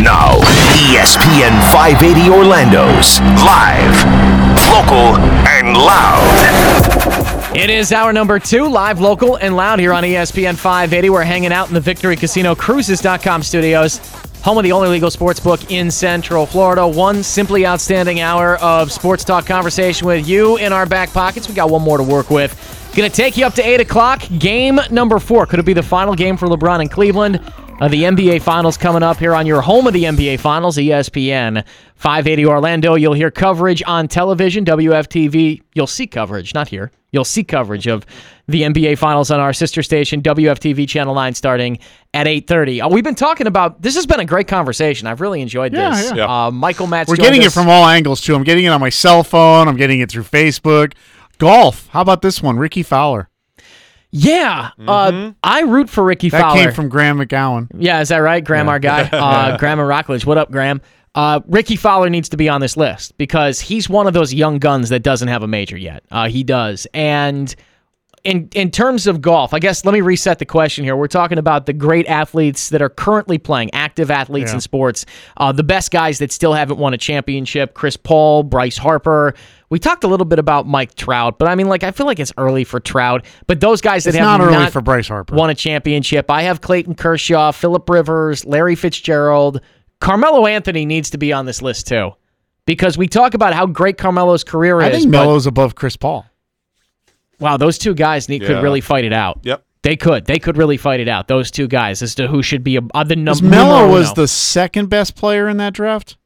Now, E ESPN 580 Orlando's live, local, and loud. It is our number two, live, local, and loud here on E ESPN 580. We're hanging out in the Victory Casino Cruises.com studios, home of the only legal sports book in Central Florida. One simply outstanding hour of sports talk conversation with you in our back pockets. We got one more to work with. Going to take you up to 8 o'clock. Game number four. Could it be the final game for LeBron in Cleveland? Uh, the NBA Finals coming up here on your home of the NBA Finals, E ESPN 580 Orlando. You'll hear coverage on television, WFTV. You'll see coverage, not here. You'll see coverage of the NBA Finals on our sister station, WFTV Channel 9, starting at 8.30. Uh, we've been talking about, this has been a great conversation. I've really enjoyed Yeah, this. yeah. Uh, Michael Matz We're joined getting it us. from all angles too. I'm getting it on my cell phone. I'm getting it through Facebook. Golf. How about this one, Ricky Fowler? Yeah. Uh, I root for Ricky That Fowler. came from Graham McGowan. Yeah, is that right? Graham, our guy, uh, Graham Rockledge. What up, Graham? Uh, Ricky Fowler needs to be on this list because he's one of those young guns that doesn't have a major yet. Uh, he does, and in in terms of golf, I guess let me reset the question here. We're talking about the great athletes that are currently playing, active athletes Yeah. in sports, uh, the best guys that still haven't won a championship. Chris Paul, Bryce Harper. We talked a little bit about Mike Trout, but I mean, like, I feel like it's early for Trout. But those guys that It's have not early for Bryce Harper. won a championship. I have Clayton Kershaw, Philip Rivers, Larry Fitzgerald. Carmelo Anthony needs to be on this list too, because we talk about how great Carmelo's career is. I think but- Melo's above Chris Paul. wow, those two guys need, Yeah. could really fight it out. Yep. They could. They could really fight it out. Those two guys as to who should be a, uh, the number. Melo was the second best player in that draft.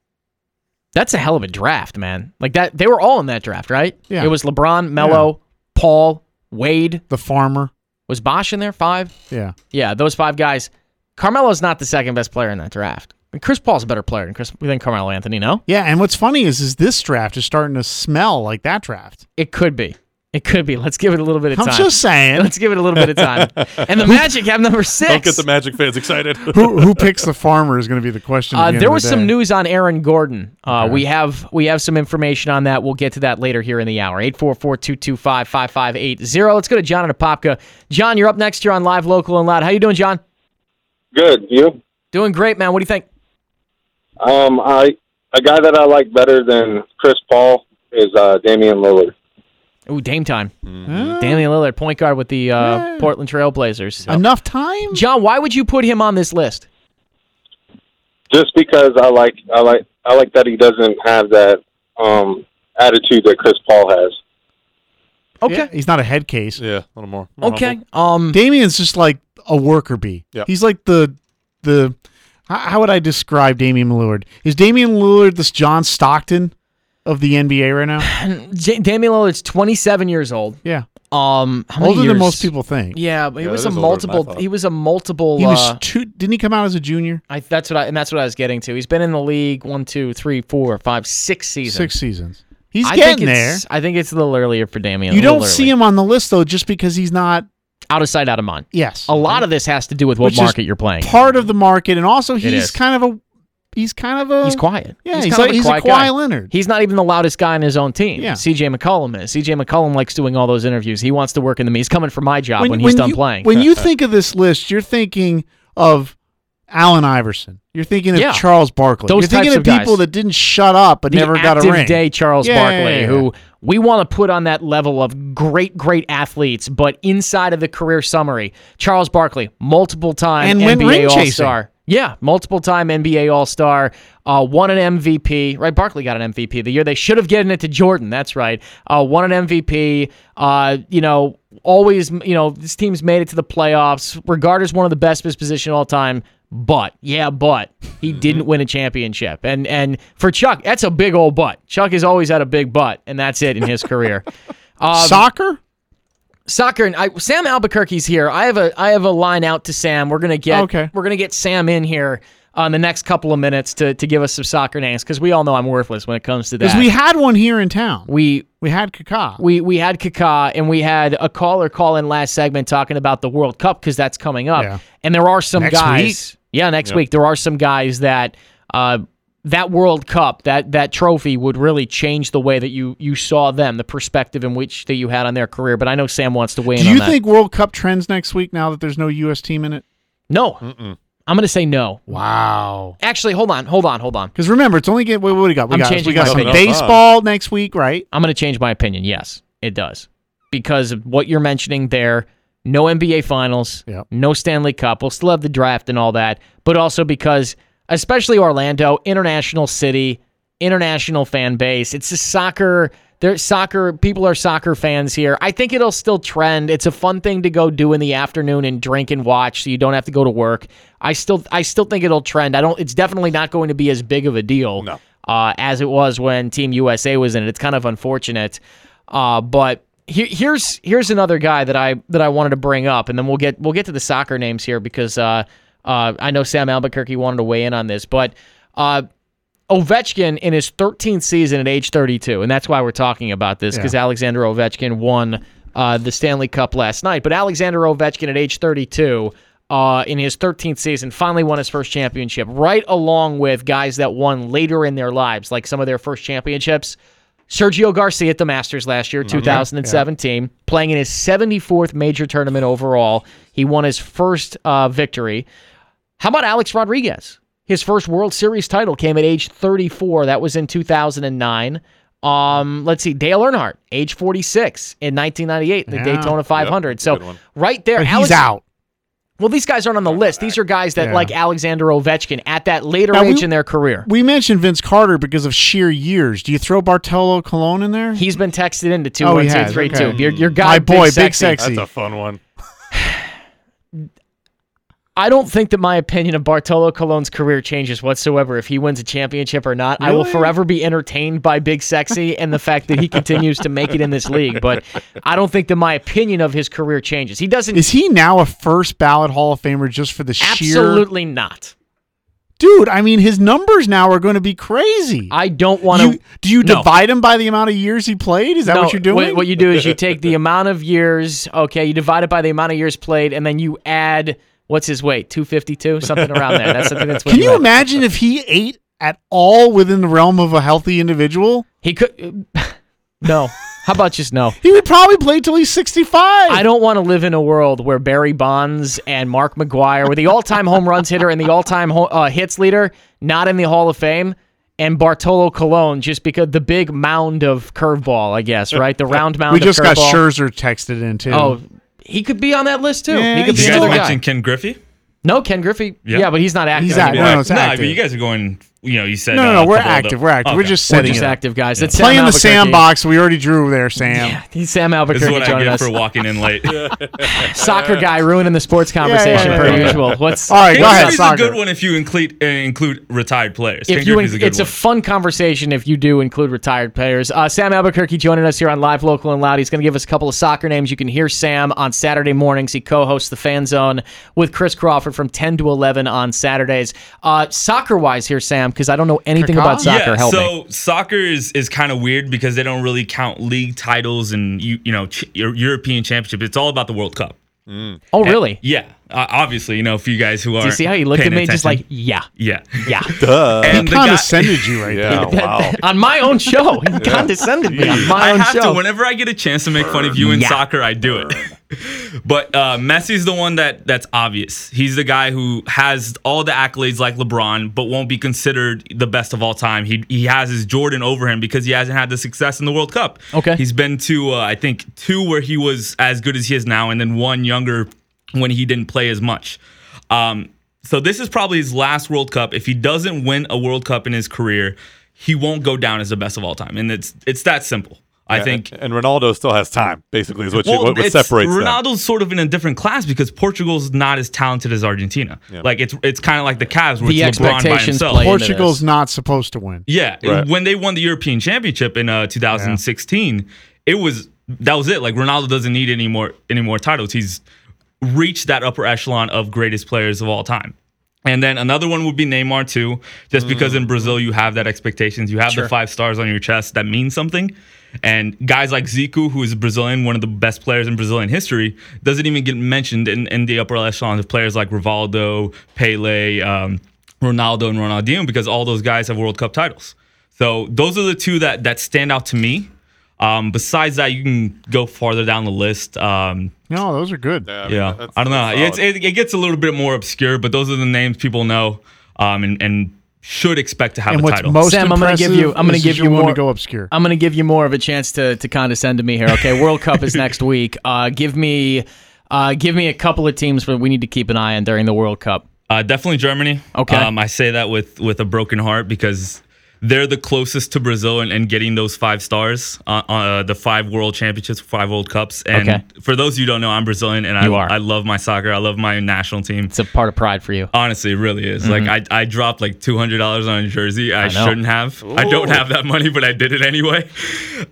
That's a hell of a draft, man. Like that. They were all in that draft, right? Yeah. It was LeBron, Melo, Paul, Wade. The farmer. Was Bosch in there? Five. Yeah. Yeah, those five guys. Carmelo's not the second best player in that draft. And Chris Paul's a better player than Chris than Carmelo Anthony, no? Yeah, and what's funny is is this draft is starting to smell like that draft. It could be. It could be. Let's give it a little bit of I'm time. just saying. Let's give it a little bit of time. And the Magic have number 6 Don't get the Magic fans excited. who who picks the farmer is going to be the question. at the Uh, end there of the was some day. news on Aaron Gordon. Uh, We have we have some information on that. We'll get to that later here in the hour. 844-225-5580. Let's go to John and Apopka. John, you're up next. You're on live, local, and loud. How you doing, John? Good. You? Doing great, man. What do you think? Um, I a guy that I like better than Chris Paul is uh, Damian Lillard. Ooh, Dame time. Huh? Damian Lillard, point guard with the uh, Portland Trail Blazers. Enough time? John, why would you put him on this list? Just because I like I like I like that he doesn't have that um, attitude that Chris Paul has. Okay. Yeah, he's not a head case. yeah, a little more. More Okay. humble. Um Damien's just like a worker bee. Yep. He's like the the how, how would I describe Damian Lillard? Is Damian Lillard this John Stockton of the NBA right now? J- Damian Lillard's 27 years old. Yeah. Um how many Older than years? most people think. Yeah, but he Yeah, was that a is older than I multiple thought. he was a multiple He was uh, two didn't he come out as a junior? I, that's what I and that's what I was getting to. He's been in the league one, two, three, four, five, six seasons. Six seasons. He's I getting think there. it's, I think it's a little earlier for Damian. You a little don't see early. him on the list though just because he's not out of sight, out of mind. yes. A lot of this has to do with what Which is market you're playing. part of the market and also is. he's kind of a he's kind of a He's quiet. Yeah, he's, he's, kind like, of a he's quiet a Kawhi guy. Leonard. He's not even the loudest guy in his own team. Yeah. CJ McCollum is. CJ McCollum likes doing all those interviews. He wants to work in the. He's coming for my job when, he's done you, playing. When you think of this list, you're thinking of Allen Iverson. You're thinking of Yeah. Charles Barkley. Those you're thinking types of of guys. people that didn't shut up but the never got a active ring. day Charles Yeah, Barkley, yeah, yeah. who we want to put on that level of great, great athletes, but inside of the career summary, Charles Barkley, multiple time And went ring NBA All chasing. Star. Yeah, multiple time NBA All Star, uh, won an MVP. Right, Barkley got an MVP the year they should have given it to Jordan. That's right. Uh, won an MVP. Uh, you know, always. You know, this team's made it to the playoffs. Regarded as one of the best of his position all time. But yeah, but he didn't win a championship. And and for Chuck, that's a big old butt. Chuck has always had a big butt, and that's it in his career. Soccer? soccer and I, Sam Albuquerque's here. I have a I have a line out to Sam. We're gonna get Okay. we're gonna get Sam in here on the next couple of minutes to to give us some soccer names because we all know I'm worthless when it comes to Because that. we had one here in town. we We had Kaká. we we had Kaká and we had a caller call in last segment talking about the World Cup because that's coming up. Yeah. And there are some Next guys. Yeah, next week there are some guys that uh, that World Cup that that trophy would really change the way that you you saw them, the perspective in which that you had on their career. But I know Sam wants to weigh in. Do on you that. think World Cup trends next week now that there's no U.S. team in it? No. I'm going to say no. Wow. Actually, hold on, hold on, hold on. Because remember, it's only get what, what do we got? We I'm got, changing we got my some opinion. baseball next week, right? I'm going to change my opinion. Yes, it does. Because of what you're mentioning there, no NBA finals, Yep. no Stanley Cup. We'll still have the draft and all that, but also because, especially Orlando, international city, international fan base. It's a soccer. There's soccer. People are soccer fans here. I think it'll still trend. It's a fun thing to go do in the afternoon and drink and watch, so you don't have to go to work. I still, I still think it'll trend. I don't. It's definitely not going to be as big of a deal No. uh, as it was when Team USA was in it. It's kind of unfortunate, uh, but here, here's here's another guy that I that I wanted to bring up, and then we'll get we'll get to the soccer names here because uh, uh, I know Sam Albuquerque wanted to weigh in on this, but uh, Ovechkin in his 13th season at age 32, and that's why we're talking about this because Alexander Ovechkin won uh, the Stanley Cup last night. But Alexander Ovechkin at age 32, uh, in his 13th season, finally won his first championship, right along with guys that won later in their lives, like some of their first championships. Sergio Garcia at the Masters last year, Mm-hmm. 2017, playing in his 74th major tournament overall. He won his first uh, victory. How about Alex Rodriguez? His first World Series title came at age 34. That was in 2009. Um, let's see, Dale Earnhardt, age 46 in 1998, the Yeah. Daytona 500. that's a good so one. right there, But he's Alex, out. Well, these guys aren't on the list. These are guys that Yeah. like Alexander Ovechkin at that later Now, we- age in their career. We mentioned Vince Carter because of sheer years. Do you throw Bartolo Colon in there? He's been texted into two Oh, one he two has, three two. okay. Your, your guy, My boy, Big Sexy. Sexy. That's a fun one. I don't think that my opinion of Bartolo Colon's career changes whatsoever if he wins a championship or not. I will forever be entertained by Big Sexy and the fact that he continues to make it in this league. But I don't think that my opinion of his career changes. He doesn't. Is he now a first ballot Hall of Famer just for the sheer absolutely not. dude? I mean, his numbers now are going to be crazy. I don't want to. You- do you No. divide him by the amount of years he played? Is that what you're doing? What, you do is you take the amount of years, okay, you divide it by the amount of years played, and then you add what's his weight, two fifty two, something around there. That's something that's. what Can you add. imagine if he ate at all within the realm of a healthy individual? He could. No. How about just no? He would probably play till he's 65. I don't want to live in a world where Barry Bonds and Mark McGuire were the all-time home runs hitter and the all-time ho- uh, hits leader, not in the Hall of Fame, and Bartolo Colon just because the big mound of curveball, I guess, right? The round mound. we of just got curveball. Scherzer texted in too. Oh, he could be on that list too. Yeah, he could he's be You guys another mentioned guy. Ken Griffey? No, Ken Griffey. Yeah, Yeah. but he's not active. he's active. anymore. No, no, it's no, active. but you guys are going. You know, you said no, no, uh, no, a we're couple of the- active. We're active. We're Okay. just We're setting just it. up. active guys. That's Sam Playing the Albuquerque. sandbox. We already drew there, Sam. Yeah, he's Sam This is Albuquerque what I joining get us. for walking in late. Soccer guy ruining the sports conversation yeah, per yeah. usual. What's All right, Ken go ahead. Griffey's a Soccer. good one if you include uh, include retired players. if Ken you? Griffey's a good it's one. a fun conversation if you do include retired players. Uh, Sam Albuquerque joining us here on Live Local and Loud. He's going to give us a couple of soccer names. You can hear Sam on Saturday mornings. He co-hosts the Fan Zone with Chris Crawford from ten to eleven on Saturdays. Uh, soccer wise, here Sam, because I don't know anything about soccer. Yeah, Help me. so soccer is is kind of weird because they don't really count league titles and you you know ch- Eu- European championship. It's all about the World Cup. Oh, really? Yeah, uh, obviously, you know, for you guys who are. Do you see how he looked at me? Just like yeah, yeah, yeah. Duh. and the guy. Condescended you right Yeah. Oh. Wow. on my own show. He condescended me on my I own have show. to. Whenever I get a chance to make fun of you in Yeah. soccer, I do it. but uh, Messi's the one that that's obvious. He's the guy who has all the accolades like LeBron, but won't be considered the best of all time. He he has his Jordan over him because he hasn't had the success in the World Cup. Okay. he's been to uh, I think two where he was as good as he is now, and then one younger when he didn't play as much. Um, so this is probably his last World Cup. If he doesn't win a World Cup in his career, he won't go down as the best of all time, and it's it's that simple. I think And Ronaldo still has time. Basically, is what you, what, what it's- separates them. Ronaldo's sort of in a different class because Portugal's not as talented as Argentina. Like it's it's kind of like the Cavs where The it's LeBron by expectations himself. play into Portugal's this. not supposed to win. Yeah, Right. when they won the European Championship in uh, 2016, it was that was it. Like Ronaldo doesn't need any more any more titles. He's reached that upper echelon of greatest players of all time. And then another one would be Neymar too, just because in Brazil you have that expectations, you have the five stars on your chest that means something. And guys like Zico, who is Brazilian, one of the best players in Brazilian history, doesn't even get mentioned in, in the upper echelon of players like Rivaldo, Pele, um, Ronaldo, and Ronaldinho because all those guys have World Cup titles. So those are the two that that stand out to me. Um, besides that, you can go farther down the list. Um, No, those are good. Yeah, I mean, yeah, that's- I don't know. that's It's, solid. it, it gets a little bit more obscure, but those are the names people know um, and, and should expect to have and a what's title. most Sam, I'm gonna give impressive you- I'm gonna is give you're you willing more- to go obscure. I'm going to give you more of a chance to to condescend to me here. Okay, World Cup is next week. Uh, give me uh, give me a couple of teams that we need to keep an eye on during the World Cup. Uh, definitely Germany. Okay. Um, I say that with with a broken heart because they're the closest to Brazil and, and getting those five stars, uh, uh, the five World Championships, five World Cups. And Okay. for those who don't know, I'm Brazilian and You I are. I love my soccer. I love my national team. It's a part of pride for you. Honestly, it really is. Like I, I dropped like two hundred dollars on a jersey. I, Mm-hmm. know. shouldn't have. I don't have that money, but I did it anyway.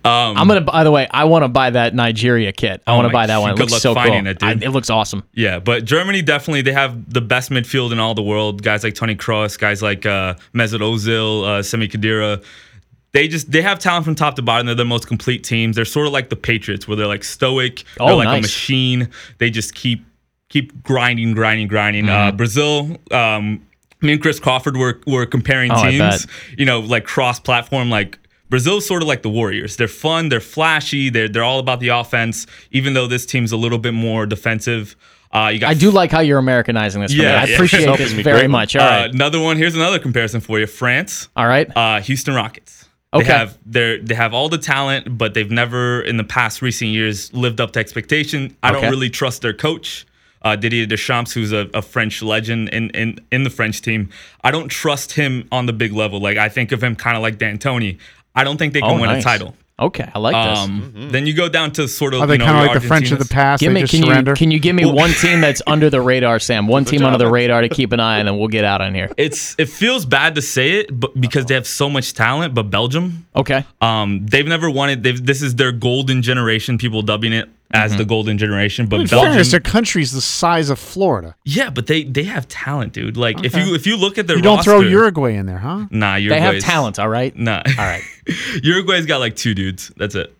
Um, I'm gonna. By the way, I want to buy that Nigeria kit. I Oh want to my- buy that one. It good looks luck so cool. finding it, dude. I- it looks awesome. Yeah, but Germany definitely they have the best midfield in all the world. Guys like Tony Kroos, guys like uh, Mesut Ozil, uh, Semi Khedira. They just they have talent from top to bottom. They're the most complete teams. They're sort of like the Patriots, where they're like stoic. Oh, they're like nice. a machine. They just keep keep grinding, grinding, grinding. Uh, Mm-hmm. Brazil. Um, me and Chris Crawford were were comparing Oh, I teams. bet. You know, like cross platform, like. Brazil's sort of like the Warriors. They're fun, they're flashy, they're they're all about the offense. Even though this team's a little bit more defensive, uh, you got I do like how you're Americanizing this. for me. Yeah, I yeah. appreciate Helping this me very greatly. much. Uh, All right, Another one. Here's another comparison for you. France, all right. uh, Houston Rockets. They Okay. have they they have all the talent, but they've never in the past recent years lived up to expectation. I Okay. don't really trust their coach. Uh, Didier Deschamps, who's a, a French legend in, in, in the French team, I don't trust him on the big level. Like I think of him kind of like D'Antoni. I don't think they can Oh, win nice. a title. Okay, I like this. Um, Then you go down to sort of Are they you know, kind of your like the French of the Argentinas. past? Give they me, just can surrender. you can you give me one team that's under the radar, Sam? One team under the radar to keep an eye on, and we'll get out on here. It's it feels bad to say it, but because they have so much talent. But Belgium, Okay, Um, they've never won it. They've, this is their golden generation. People dubbing it as the golden generation, but Mm-hmm. In fairness, their Belgium, country's the size of Florida. yeah, but they they have talent, dude. Like if you if you look at their You don't throw roster- Uruguay in there, huh? Nah, they Uruguay's, have talent. All right. Nah, all right. Uruguay's got like two dudes. That's it.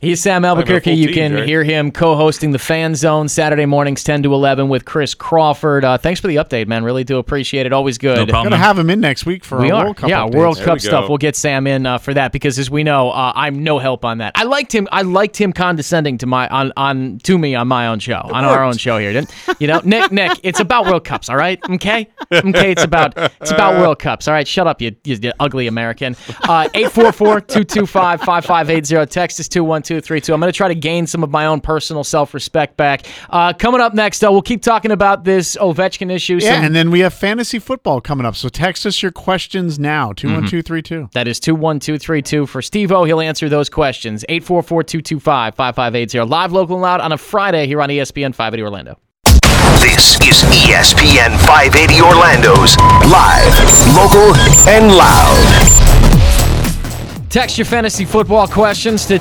He's Sam Albuquerque. full You team, can Jerry. hear him co-hosting the Fan Zone Saturday mornings, ten to eleven, with Chris Crawford. Uh, thanks for the update, man. Really do appreciate it. Always good. No problem. Gonna have him in next week for We our are, World Cup. yeah, updates. World we Cup stuff. go. We'll get Sam in uh, for that because, as we know, uh, I'm no help on that. I liked him. I liked him condescending to my on on to me on my own show, on our own show here. Didn't you know, Nick? Nick, it's about World Cups, all right? Okay, okay, it's about it's about World Cups, all right? Shut up, you, you, you ugly American. Uh, Eight four four two two five five five eight zero. Text is two one two three two. I'm going to try to gain some of my own personal self respect back. Uh, coming up next, uh, we'll keep talking about this Ovechkin issue. Yeah, Some- and then we have fantasy football coming up. So text us your questions now. Two one two three Mm-hmm. two. That is 21232 for Steve O. He'll answer those questions. 844 225 5580. Live, local, and loud on a Friday here on E ESPN 580 Orlando. This is E ESPN 580 Orlando's live, local, and loud. Text your fantasy football questions to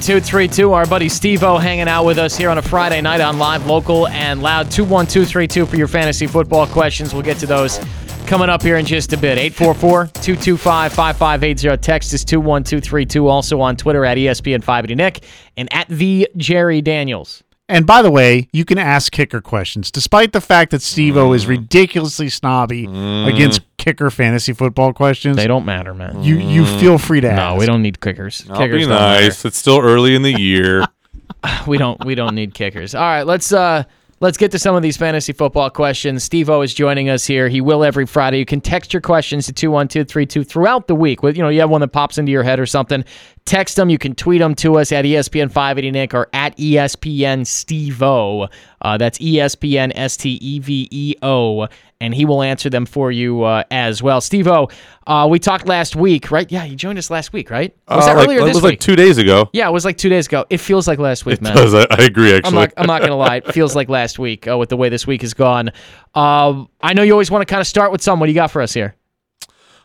21232. Our buddy Steve O hanging out with us here on a Friday night on Live, Local, and Loud. 21232 for your fantasy football questions. We'll get to those coming up here in just a bit. 844 225 5580. Text is 21232. Also on Twitter at E ESPN580 Nick and at the Jerry Daniels. And by the way, you can ask kicker questions, despite the fact that Steve O Mm. is ridiculously snobby against kicker fantasy football questions. They don't matter, man. you you feel Mm. free to ask. No, we don't need kickers. I'll kickers be don't matter. nice. It's still early in the year. We don't we don't need kickers. All right, let's uh let's get to some of these fantasy football questions. Steve O is joining us here. He will every Friday. You can text your questions to 21232 throughout the week. With you know, you have one that pops into your head or something. Text them, you can tweet them to us at E ESPN580 Nick or at E ESPN Steve O. Uh, that's ESPN S T E V E O. And he will answer them for you uh, as well. Steve O, uh, we talked last week, right? Yeah, you joined us last week, right? Was Uh, Oh, that like- earlier it this was week? like two days ago. Yeah, it was like two days ago. It feels like last week, man. Does I, I agree, I'm actually. not. I'm not gonna lie. It feels like last week uh, with the way this week has gone. Um, I know you always want to kind of start with some. What do you got for us here?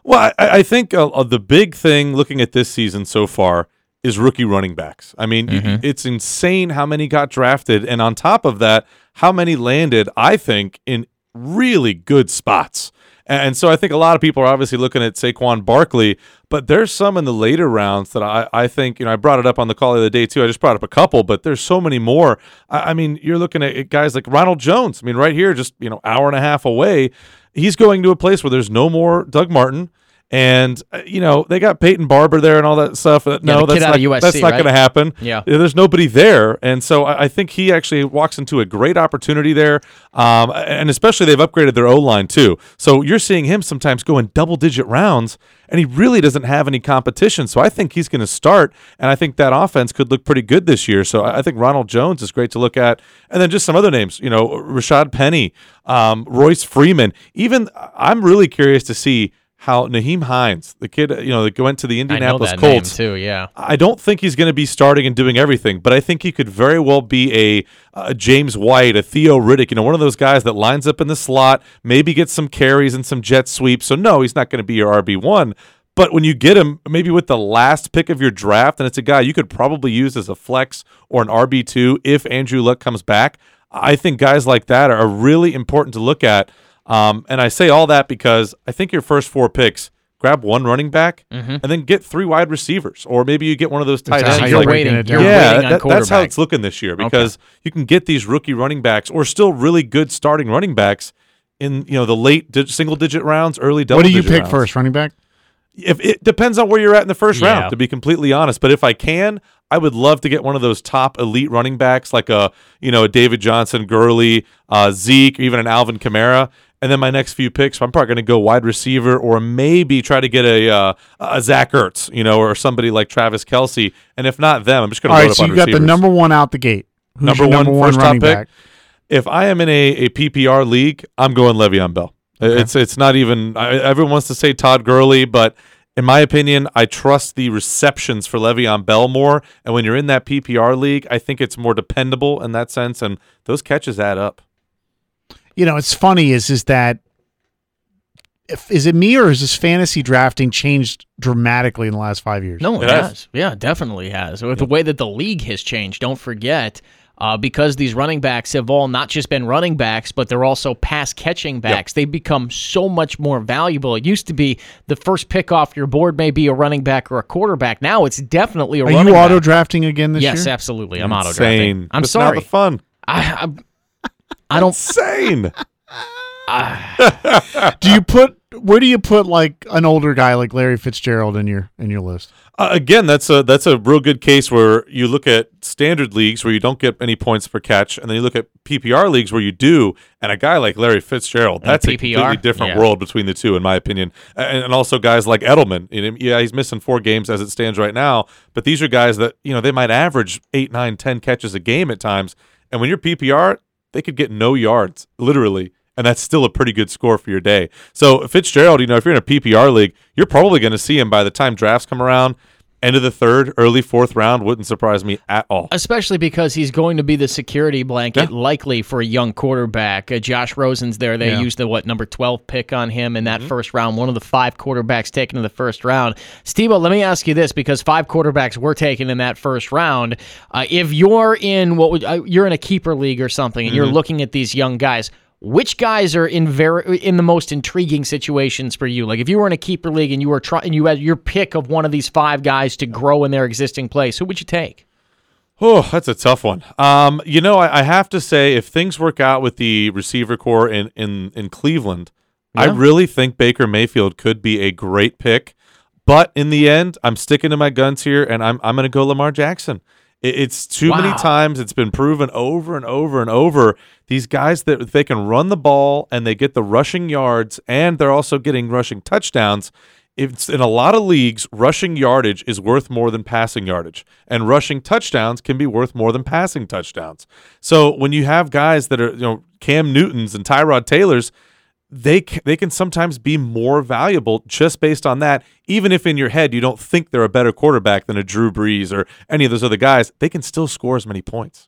Well, I, I think uh, uh, the big thing looking at this season so far is rookie running backs. I mean, y- it's insane how many got drafted, and on top of that, how many landed. I think in really good spots. A- And so I think a lot of people are obviously looking at Saquon Barkley, but there's some in the later rounds that I, I think, you know, I brought it up on the call the other day too. I just brought up a couple, but there's so many more. I, I mean, you're looking at uh, guys like Ronald Jones. I mean, right here, just, you know, hour and a half away, he's going to a place where there's no more Doug Martin And uh, you know they got Peyton Barber there and all that stuff. Uh, the no, kid that's out not, of USC, that's not right? going to happen. Yeah. there's nobody there, and so I, I think he actually walks into a great opportunity there. Um, and especially they've upgraded their O line too, so you're seeing him sometimes go in double digit rounds, and he really doesn't have any competition. So I think he's going to start, and I think that offense could look pretty good this year. So I I think Ronald Jones is great to look at, and then just some other names, you know, Rashad Penny, um, Royce Freeman. Even I'm really curious to see. How Naheem Hines, the kid, you know, that went to the I know Indianapolis that name Colts, too. Yeah. I don't think he's going to be starting and doing everything, but I think he could very well be a, a James White, a Theo Riddick, you know, one of those guys that lines up in the slot, maybe gets some carries and some jet sweeps. So no, he's not going to be your RB one. But when you get him, maybe with the last pick of your draft, and it's a guy you could probably use as a flex or an RB two if Andrew Luck comes back. I think guys like that are really important to look at. Um, and I say all that because I think your first four picks grab one running back Mm-hmm. and then get three wide receivers, or maybe you get one of those tight That's ends. how So you you're breaking waiting. it You're down. waiting on that- that's how quarterback. it's looking this year because you can get these rookie running backs or still really good starting running backs in you know the late dig- single digit rounds, early double. What do you digit pick rounds. first, running back? If it depends on where you're at in the first Yeah. round, to be completely honest. But if I can, I would love to get one of those top elite running backs, like a you know a David Johnson, Gurley, uh, Zeke, or even an Alvin Kamara. And then my next few picks, I'm probably going to go wide receiver, or maybe try to get a uh, a Zach Ertz, you know, or somebody like Travis Kelsey. And if not them, I'm just going All to load right, up so on you got the receivers. number one out the gate. Who's Number your number one one first top running pick? back? if I am in a, a PPR league, I'm going Le'Veon Bell. It's it's not even. I, everyone wants to say Todd Gurley, but in my opinion, I trust the receptions for Le'Veon Bell more. And when you're in that PPR league, I think it's more dependable in that sense. And those catches add up. you know, it's funny is is that if, is it me or is this fantasy drafting changed dramatically in the last five years? No, it, It has. has. Yeah, it definitely has. With the way that the league has changed, don't forget, uh, because these running backs have all not just been running backs, but they're also pass catching backs. They've become so much more valuable. It used to be the first pick off your board may be a running back or a quarterback. Now it's definitely a Are running you auto back. drafting again this Yes, year? absolutely. I'm auto drafting. Insane. I'm But now sorry. the fun. I, I, I don't. Insane. Do Uh, you put where do you put like an older guy like Larry Fitzgerald in your in your list? Uh, again, that's a that's a real good case where you look at standard leagues where you don't get any points per catch, and then you look at PPR leagues where you do. And a guy like Larry Fitzgerald, And a that's a PPR? completely different Yeah. world between the two, in my opinion. And, and also guys like Edelman. You know, Yeah, he's missing four games as it stands right now, but these are guys that you know they might average eight, nine, ten catches a game at times. And when you're PPR, they could get no yards, literally. And that's still a pretty good score for your day. So Fitzgerald, you know, if you're in a PPR league, you're probably going to see him by the time drafts come around, end of the third, early fourth round. Wouldn't surprise me at all. Especially because he's going to be the security blanket, likely for a young quarterback. Uh, Josh Rosen's there. They used the what number twelve pick on him in that first round. One of the five quarterbacks taken in the first round. Steve-O, let me ask you this because five quarterbacks were taken in that first round. Uh, if you're in what would uh, you're in a keeper league or something, and you're looking at these young guys. Which guys are in very in the most intriguing situations for you? Like if you were in a keeper league and you were trying, you had your pick of one of these five guys to grow in their existing place, who would you take? Oh, that's a tough one. Um, you know, I, I have to say, if things work out with the receiver core in in in Cleveland, I really think Baker Mayfield could be a great pick. But in the end, I'm sticking to my guns here, and I'm I'm going to go Lamar Jackson. It, it's too many Wow. times it's been proven over and over and over. These guys that if they can run the ball and they get the rushing yards, and they're also getting rushing touchdowns. It's in a lot of leagues, rushing yardage is worth more than passing yardage, and rushing touchdowns can be worth more than passing touchdowns. So when you have guys that are you know Cam Newtons and Tyrod Taylors, they c- they can sometimes be more valuable just based on that. Even if in your head you don't think they're a better quarterback than a Drew Brees or any of those other guys, they can still score as many points.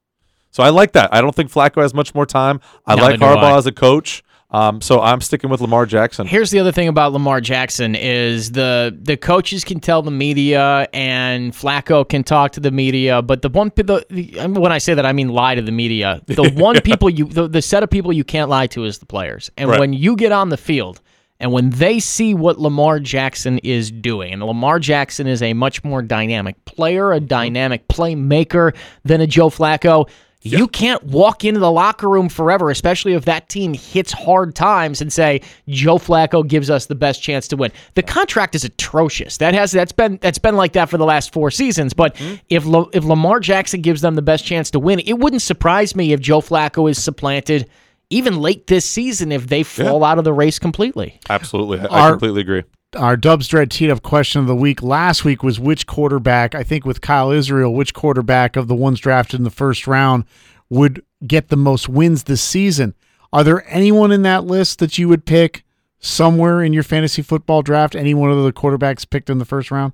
So I like that. I don't think Flacco has much more time. I Neither like do Harbaugh I. as a coach. Um, so I'm sticking with Lamar Jackson. Here's the other thing about Lamar Jackson is the the coaches can tell the media and Flacco can talk to the media, but the one pe- the, the and when I say that I mean lie to the media. The one people you the, the set of people you can't lie to is the players. And Right. when you get on the field and when they see what Lamar Jackson is doing, and Lamar Jackson is a much more dynamic player, a dynamic playmaker than a Joe Flacco, You can't walk into the locker room forever, especially if that team hits hard times and say Joe Flacco gives us the best chance to win. The contract is atrocious. That has that's been that's been like that for the last four seasons. But Mm-hmm. if La- if Lamar Jackson gives them the best chance to win, it wouldn't surprise me if Joe Flacco is supplanted even late this season if they fall out of the race completely. Absolutely. I, I Our- completely agree. Our Dubs Dread teed up question of the week last week was which quarterback, I think with Kyle Israel, which quarterback of the ones drafted in the first round would get the most wins this season? Are there anyone in that list that you would pick somewhere in your fantasy football draft? Any one of the quarterbacks picked in the first round?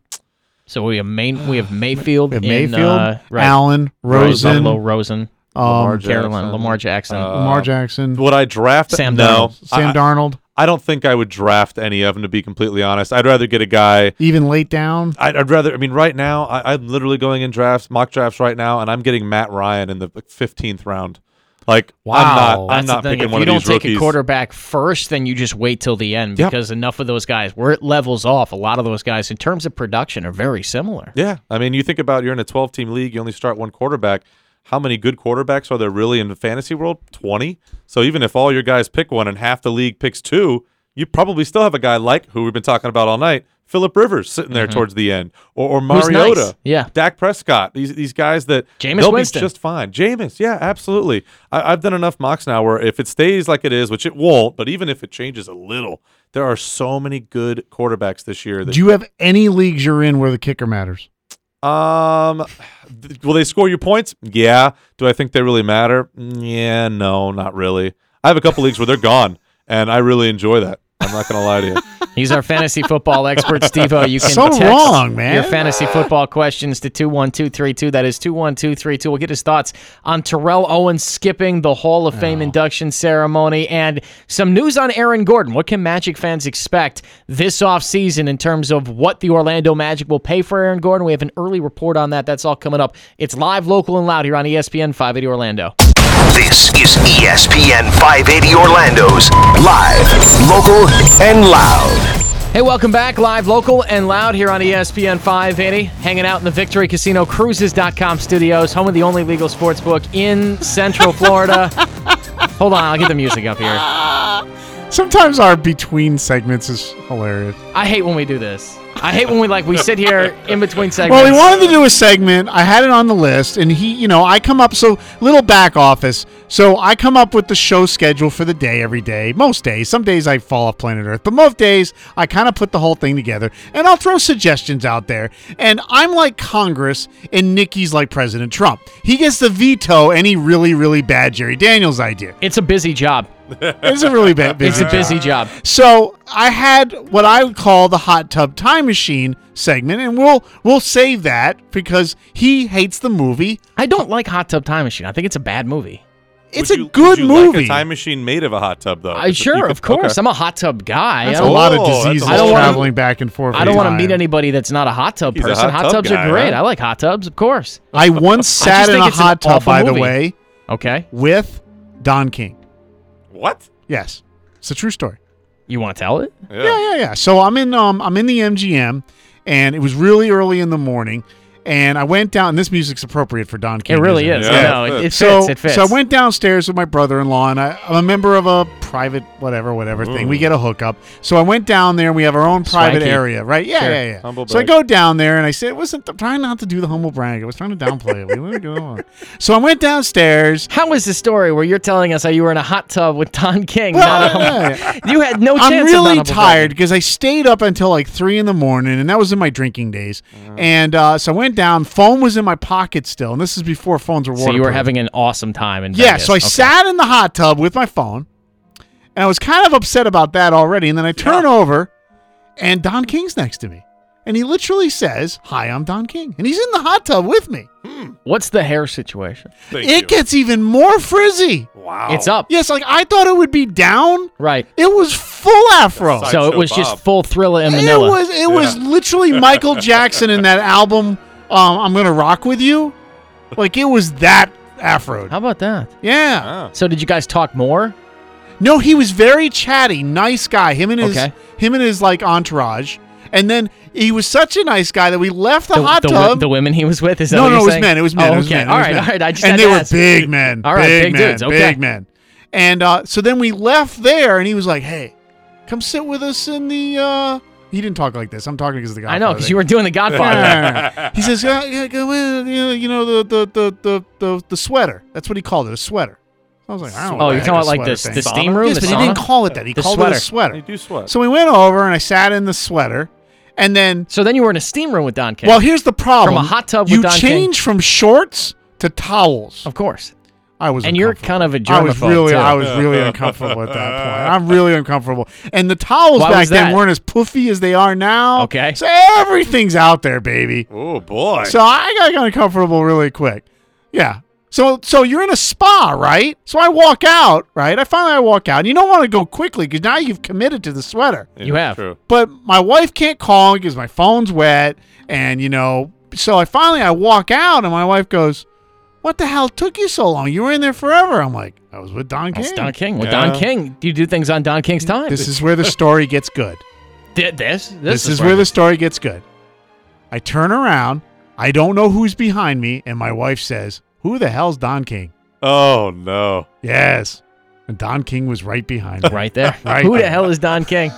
So we have main we have Mayfield, We have in, Mayfield, uh, right, Allen, Rosen, Buffalo, Rosen, um, Uh, Carolina, Lamar Jackson. Lamar Jackson, Would I draft Sam No. Darnold. Uh, I- Sam Darnold, I don't think I would draft any of them, to be completely honest. I'd rather get a guy. even late down. I'd, I'd rather. I mean, right now, I, I'm literally going in drafts, mock drafts right now, and I'm getting Matt Ryan in the 15th round. Like, I'm Wow. not. I'm That's the not thing. picking if one you of don't these take rookies. a quarterback first, then you just wait till the end Yep. because enough of those guys, where it levels off, a lot of those guys in terms of production are very similar. Yeah, I mean, you think about you're in a 12 team league, you only start one quarterback. How many good quarterbacks are there really in the fantasy world? 20. So even if all your guys pick one and half the league picks two, you probably still have a guy like who we've been talking about all night, Philip Rivers sitting there towards the end, or, or Mm-hmm. Who's nice. Mariota, Yeah. Dak Prescott. These these guys that Jameis they'll Winston. be just fine. Jameis, yeah, absolutely. I, I've done enough mocks now where if it stays like it is, which it won't, but even if it changes a little, there are so many good quarterbacks this year. That Do you have any leagues you're in where the kicker matters? um, th- will they score you points? Yeah. Do I think they really matter? Yeah, no, not really. I have a couple leagues where they're gone, and I really enjoy that. I'm not gonna lie to you. He's our fantasy football expert, Steve O. You can So text wrong, man. your fantasy football questions to 21232. That is 21232. We'll get his thoughts on Terrell Owens skipping the Hall of Oh. Fame induction ceremony and some news on Aaron Gordon. What can Magic fans expect this offseason in terms of what the Orlando Magic will pay for Aaron Gordon? We have an early report on that. That's all coming up. It's live, local, and loud here on E ESPN 580 Orlando. This is E ESPN 580 Orlando's live, local, and loud. Hey, welcome back, live, local, and loud here on E ESPN 580. Hanging out in the Victory Casino Cruises.com studios, home of the only legal sports book in Central Florida. Hold on, I'll get the music up here. Sometimes our between segments is hilarious. I hate when we do this. I hate when we like we sit here in between segments. Well, we wanted to do a segment. I had it on the list, and he, you know, I come up so little back office. So I come up with the show schedule for the day every day. Most days, some days I fall off planet Earth, but most days I kind of put the whole thing together, and I'll throw suggestions out there. And I'm like Congress, and Nikki's like President Trump. He gets to veto any really, really bad Jerry Daniels idea. It's a busy job. It's a really bad. It's a busy job. So I had what I would call the hot tub time machine segment, and we'll we'll save that because he hates the movie. I don't like Hot Tub Time Machine. I think it's a bad movie. It's Would a you- good would you movie. Like a time machine made of a hot tub, though. I Oh, It's a- you sure, could- of course. okay. I'm a hot tub guy. That's I a don't- lot Oh, of that's a diseases whole- traveling back and forth. I don't want to time. meet anybody that's not a hot tub He's a person. hot Hot, tub tubs guy, are great. huh? I like hot tubs, of course. I once sat just in think a it's an hot tub, awful by the movie. way, Okay. with Don King. What? Yes, it's a true story. You want to tell it? Yeah, yeah, yeah. So I'm in um I'm in the MGM, and it was really early in the morning, and I went down. And this music's appropriate for Don King. It really isn't is. Yeah. No, it, it fits. so, it fits. so I went downstairs with my brother-in-law, and I, I'm a member of a private whatever, whatever thing. We get a hookup. So I went down there, and we have our own private Swanky. area, right? Yeah, Sure. yeah, yeah. Humble so I brag. go down there, and I said, "Wasn't I'm trying not to do the humble brag. I was trying to downplay it." We were going. So I went downstairs. How is the story where you're telling us how you were in a hot tub with Don King? not a- Well, yeah. you had no chance. I'm of really not a- tired because I stayed up until like three in the morning, and that was in my drinking days. Uh-huh. And uh, so I went down. Phone was in my pocket still, and this is before phones were. So you were waterproof. having an awesome time in Yeah, Vegas. so I Okay. sat in the hot tub with my phone, and I was kind of upset about that already. And then I turn over, and Don King's next to me. And he literally says, Hi, I'm Don King. And he's in the hot tub with me. What's the hair situation? Thank it you. gets even more frizzy. wow. It's up, Yes, like I thought it would be down. right? It was full afro. That's So it Sideshow was just Bob. full thriller in It Manila. was it was literally Michael Jackson in that album, um, I'm Gonna Rock With You. Like it was that how afro. about that? Yeah. Ah. So did you guys talk more? No, he was very chatty, nice guy. Him and his Okay. him and his like entourage. And then he was such a nice guy that we left the, The, hot the, wo- tub. the women he was with is that no, what no, you're it was saying? men. It was men. Oh, it was okay. men. it all was right, men. all right. I just and had they to were ask. big men. All right, big, big men, dudes, okay. big men. And uh, so then we left there, and he was like, "Hey, come sit with us in the." Uh... He didn't talk like this. I'm talking because of the guy. I know because you were doing the Godfather. he says, yeah, yeah, go in, you know, you know the, the, the, the, the, the sweater. That's what he called it, a sweater. I was like, I don't know. Oh, what you're the talking heck about a like the, sweater thing the is. steam room, Yes, the but sauna. he didn't call it that. He The called it a sweater. They sweater. do sweat. So we went over and I sat in the sweater, and then so then you were in a steam room with Don King. well, here's the problem. From a hot tub with you Don King. change from shorts to towels. of course. I was And you're uncomfortable. kind of a I was germaphobe, really, too. I was really uncomfortable at that point. I'm really uncomfortable. And the towels Why back was then that? weren't as poofy as they are now. Okay. so everything's out there, baby. oh boy. So I got kind of comfortable really quick. Yeah. So so you're in a spa, right? So I walk out, right? I finally I walk out. And you don't want to go quickly because now you've committed to the sweater. Yeah, You have. True. But my wife can't call because my phone's wet, and you know. So I finally I walk out, and my wife goes, "What the hell took you so long? You were in there forever." I'm like, "I was with Don King." It's Don King. Well, Yeah. Don King, you do things on Don King's time. This is where the story gets good. Thi- this, this, This, is where where the story gets good. I turn around. I don't know who's behind me, and my wife says, "Who the hell's Don King?" Oh no. Yes, and Don King was right behind me. right there. Right. Who the hell is Don King?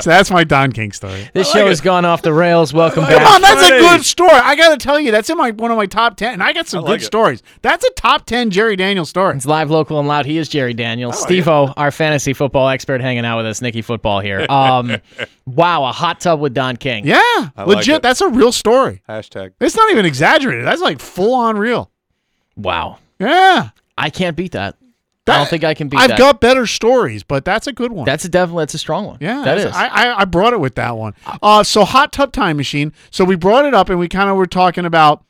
So that's my Don King story. This show has gone off the rails. Welcome like back. Come on, that's a Friday. good story. I gotta tell you, that's in my one of my top ten. And I got some I good like it. stories. That's a top ten Jerry Daniels story. It's live, local, and loud. He is Jerry Daniels. Steve O, our fantasy football expert, hanging out with us. Nikki Football here. Um, wow, a hot tub with Don King. Yeah, like legit. it. that's a real story. Hashtag. It's not even exaggerated. That's like full on real. Wow. Yeah, I can't beat that. I That- don't think I can beat I've that. got better stories, but that's a good one. that's a definitely that's a strong one. yeah, that that's- is. I, I I brought it with that one. Uh, so hot tub time machine. So we brought it up, and we kind of were talking about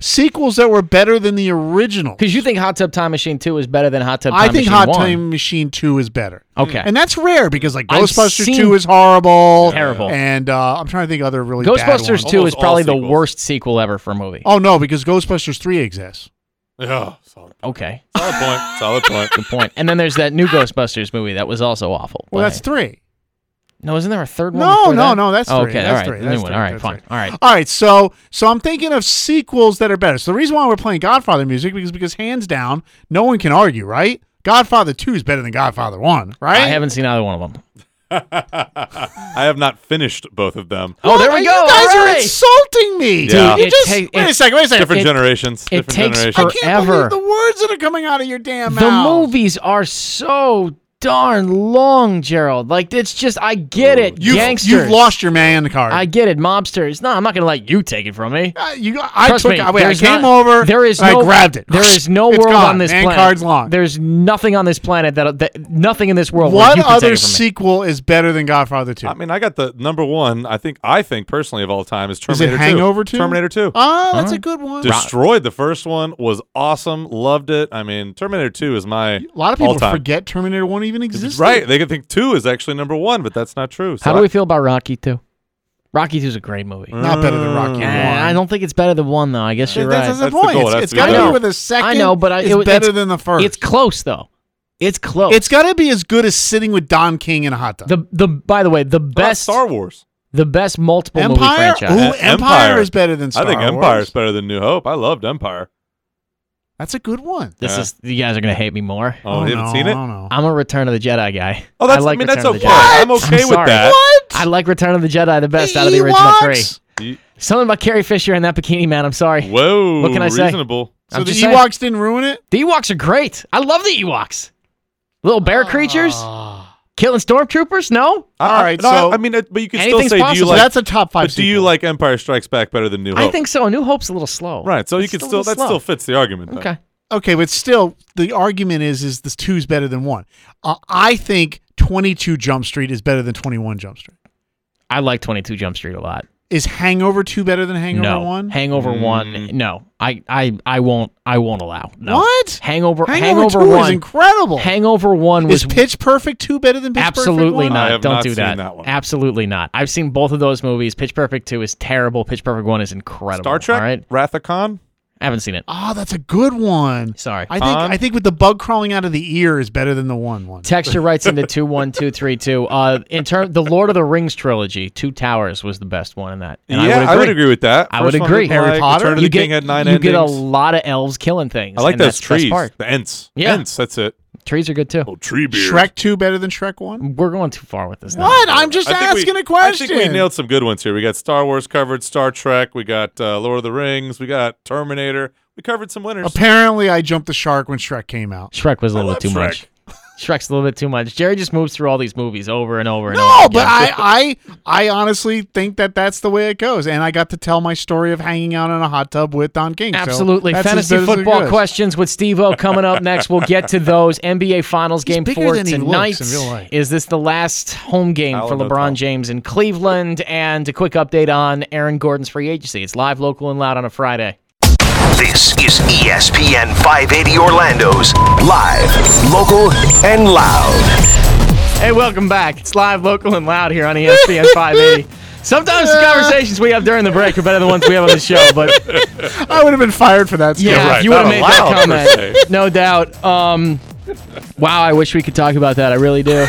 sequels that were better than the original. Because you think Hot Tub Time Machine Two is better than Hot Tub Time I think Machine Hot One. Time Machine Two is better. Okay. and that's rare because like I've Ghostbusters seen- Two is horrible, Terrible. and uh, I'm trying to think other really bad Ghostbusters ones. Two is Almost all probably the sequels. worst sequel ever for a movie. Oh no, because Ghostbusters Three exists. Oh, solid, Okay, solid point. Solid point. good point. And then there's that new Ghostbusters movie that was also awful. Well, but- that's three. no, isn't there a third one? No, before no, that? no, that's Oh, three. okay. That's all right, three. the That's new one. three. All right, That's fine. three. All right. All right, so so I'm thinking of sequels that are better. So the reason why we're playing Godfather music because because hands down, no one can argue, right? Godfather Two is better than Godfather One, right? I haven't seen either one of them. I have not finished both of them. Oh, there we go. You guys all are right. insulting me. Yeah. You It just, take- wait a it- second. Wait a second. Different it- generations. it different takes generations. for- I can't forever. believe the words that are coming out of your damn the mouth. movies are so darn long, Gerald. Like it's just I get it. You've, Gangsters. you've lost your man card. I get it. Mobsters. No, I'm not gonna let you take it from me. Uh, you, I Trust took. me. I, wait, I there's came not- over. There is and no, I grabbed it. There is no It's world gone. on this Man planet. card's long. There's nothing on this planet that, that nothing in this world. where what you can take other it from me. sequel is better than Godfather Two? I mean, I got the number one. I think I think personally of all time is Is it Terminator Hangover Two? Terminator Two. Uh, Oh, that's uh-huh. a good one. Destroyed the first one was awesome. Loved it. I mean, Terminator Two is my a lot of people all-time. forget Terminator One even existed. Right? They could think two is actually number one, but that's not true. So How do I- we feel about Rocky Two? Rocky Two is a great movie. Not better than Rocky One. Eh, I don't think it's better than one though. I guess you're That's, right. that's the That's the point. goal. It's- That's it's the got to goal. be with a second. I know, but I- it's it was- better it's- than the first. It's close though. It's close. it's got to be as good as sitting with Don King in a hot tub. the the by the way the What about best Star Wars. the best multiple movie Empire. Ooh, franchise. Empire, E- Empire. is better than Star I think Wars. Empire is better than New Hope. I loved Empire. That's a good one. This Yeah. is you guys are gonna hate me more. Oh, you haven't no, seen I it? don't know. I'm a Return of the Jedi guy. Oh, that's. I, like mean, Return that's of the okay. Jedi. I'm okay I'm with sorry. that. I like Return of the Jedi the best out of the original Ewoks? three. You- Something about Carrie Fisher and that bikini man. I'm sorry. Whoa. What can I say? Reasonable. So I'm the just saying. Ewoks didn't ruin it. The Ewoks are great. I love the Ewoks. Little Ah. bear creatures, killing stormtroopers. No, I- All right, I, no, I- so- I mean, it- but you can still Anything's say, do you possible. like? that's a top five. but do you sequel. like Empire Strikes Back better than New Hope? I think so. New Hope's a little slow. Right. So you It's can a still little that still slow. fits the argument. though. Okay. Okay, but still, the argument is is this two is better than one. Uh, I think twenty two Jump Street is better than twenty one Jump Street. I like 22 Jump Street a lot. Is Hangover two better than Hangover no. one? Hangover Mm. one. No. I, I I won't I won't allow. No. What? Hangover Hangover, Hangover, two is one. incredible. Hangover one is was Pitch Perfect two better than Pitch Perfect absolutely one? I not. have Don't not do seen that. that one. Absolutely not. I've seen both of those movies. Pitch Perfect two is terrible. Pitch Perfect one is incredible. Star Trek. All right. Wrath of Khan. I haven't seen it. Oh, that's a good one. Sorry. I think I think with the bug crawling out of the ear is better than the one one. Texture writes into two one two three two. Uh, in term, the Lord of the Rings trilogy, Two Towers was the best one in that. And yeah, I would, agree with that. I would First one agree. looked like Return of the you King get, had nine you endings. get a lot of elves killing things. I like and those that's the best trees. part. The Ents. Yeah. Ents, that's it. Trees are good too. Oh, tree beard. Shrek two better than Shrek one. We're going too far with this. now. What? I'm just I think asking we- a question. I think we nailed some good ones here. We got Star Wars covered, Star Trek, we got uh, Lord of the Rings, we got Terminator. We covered some winners. Apparently, I jumped the shark when Shrek came out. Shrek was a little I bit too love much. Shrek's a little bit too much. Jerry just moves through all these movies over and over and over. No, but I, I, I honestly think that that's the way it goes. And I got to tell my story of hanging out in a hot tub with Don King. So Absolutely. that's as Fantasy good as it football goes. questions with Steve O coming up next. We'll get to those. NBA Finals game bigger four than he tonight. looks in real life. Is this the last home game I'll for know LeBron Tom. James in Cleveland? And a quick update on Aaron Gordon's free agency. It's live, local, and loud on a Friday. This is E ESPN 580 Orlando's live, local, and loud. Hey, welcome back. It's live, local, and loud here on E ESPN 580. Sometimes the conversations we have during the break are better than the ones we have on the show, but I would have been fired for that. Yeah, still. right, if you would have not made that allowed, per comment, no doubt. Um, wow, I wish we could talk about that. I really do.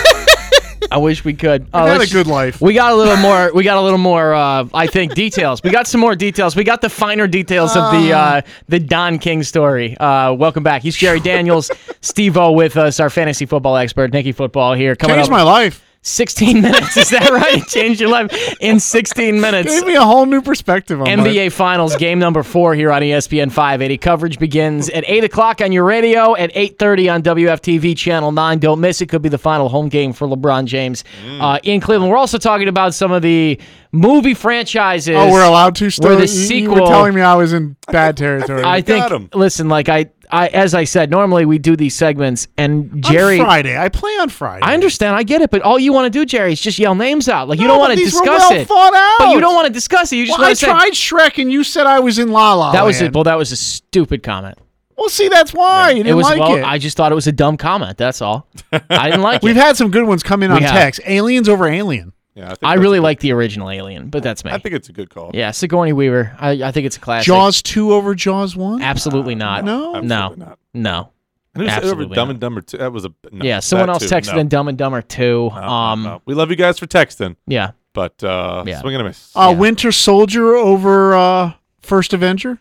I wish we could. Oh, I had a let's- good life. We got a little more. We got a little more. Uh, I think details. We got some more details. We got the finer details of the Ah. uh, the Don King story. Uh, welcome back. He's Jerry Daniels. Steve O with us, our fantasy football expert, Nicky Football here. Coming Changed up, my life. 16 minutes. Is that right? Changed your life in 16 minutes. Gave me a whole new perspective on life. NBA Finals game number four here on E ESPN 580. Coverage begins at eight o'clock on your radio, at eight thirty on WFTV Channel Nine. Don't miss it. Could be the final home game for LeBron James Mm. uh, in Cleveland. We're also talking about some of the movie franchises. Oh, we're allowed to. Still, where the You- You sequel- were telling me I was in bad territory. I got 'em. think. Listen, like I, I, as I said, normally we do these segments, and On Jerry. Friday. I play on Friday. I understand, I get it, but all you want to do, Jerry, is just yell names out. Like you No, don't but want to these were discuss well it, thought but you out. don't want to discuss it. You just Well, I want to say tried Oh, Shrek, and you said I was in La La. that was a, Land. well, that was a stupid comment. Well, see, that's why you it didn't was like well, it. I just thought it was a dumb comment. That's all. I didn't like We've it. had some good ones come in on have. text. Aliens over Alien. yeah, I, think I that's really a good- like the original Alien, but that's me. I think it's a good call. yeah, Sigourney Weaver. I, I think it's a classic. Jaws two over Jaws one. Absolutely not. Uh, No. no, Absolutely not. no. And who's ever Absolutely Dumb not. and Dumber too? That was a no, yeah, someone that else too, texted no. in Dumb and Dumber too. No, no, um, no. we love you guys for texting, yeah, but uh, Yeah. Oh, swing and a miss. Uh, Yeah. Winter Soldier over uh, First Avenger.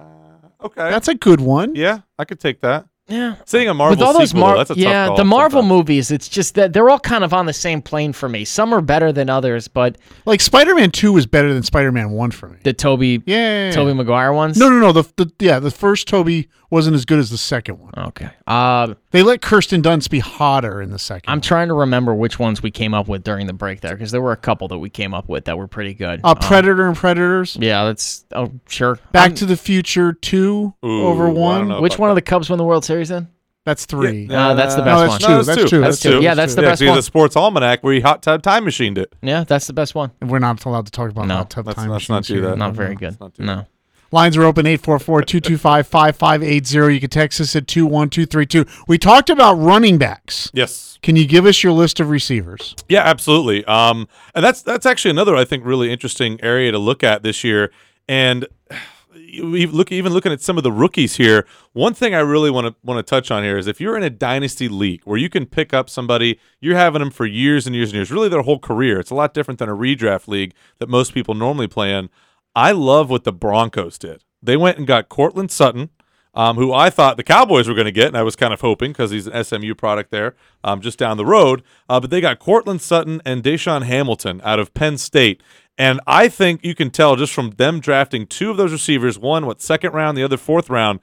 okay, That's a good one. Uh, yeah, I could take that. yeah. Seeing a Marvel With all those sequel, though, Marvel, that's a tough yeah, call the Marvel sometimes. movies, it's just that they're all kind of on the same plane for me. Some are better than others, but Like Spider Man two was better than Spider Man one for me. the Toby, Yeah. Toby Maguire ones. No, no, no. The, the yeah, the first Toby wasn't as good as the second one. Okay. Uh, They let Kirsten Dunst be hotter in the 2nd I'm trying to remember which ones we came up with during the break there because there were a couple that we came up with that were pretty good. uh, Predator and Predators. oh. yeah, that's oh sure. Back Um, to the Future two Ooh, I over don't one. know. which one of the Cubs won the World Series then? That's three. Yeah. Uh, that's the Uh, best no, one. that's two. that's two. That's two. Yeah, that's the best see, one. The sports almanac where he hot tub time machined it. Yeah, that's the best one. And We're not allowed to talk about No. hot tub Let's- time let's not machines do here. that. Not very good. Uh, not too No. Lines are open 844-225-5580. You can text us at 21232. We talked about running backs. Yes. Can you give us your list of receivers? Yeah, absolutely. Um, and that's that's actually another I think really interesting area to look at this year. And we look even looking at some of the rookies here. One thing I really want to want to touch on here is if you're in a dynasty league where you can pick up somebody, you're having them for years and years and years, really their whole career. It's a lot different than a redraft league that most people normally play in. I love what the Broncos did. They went and got Cortland Sutton, um, who I thought the Cowboys were going to get, and I was kind of hoping because he's an SMU product there, um, just down the road. Uh, but they got Cortland Sutton and Deshaun Hamilton out of Penn State. And I think you can tell just from them drafting two of those receivers, one, what, second round, the other, fourth round.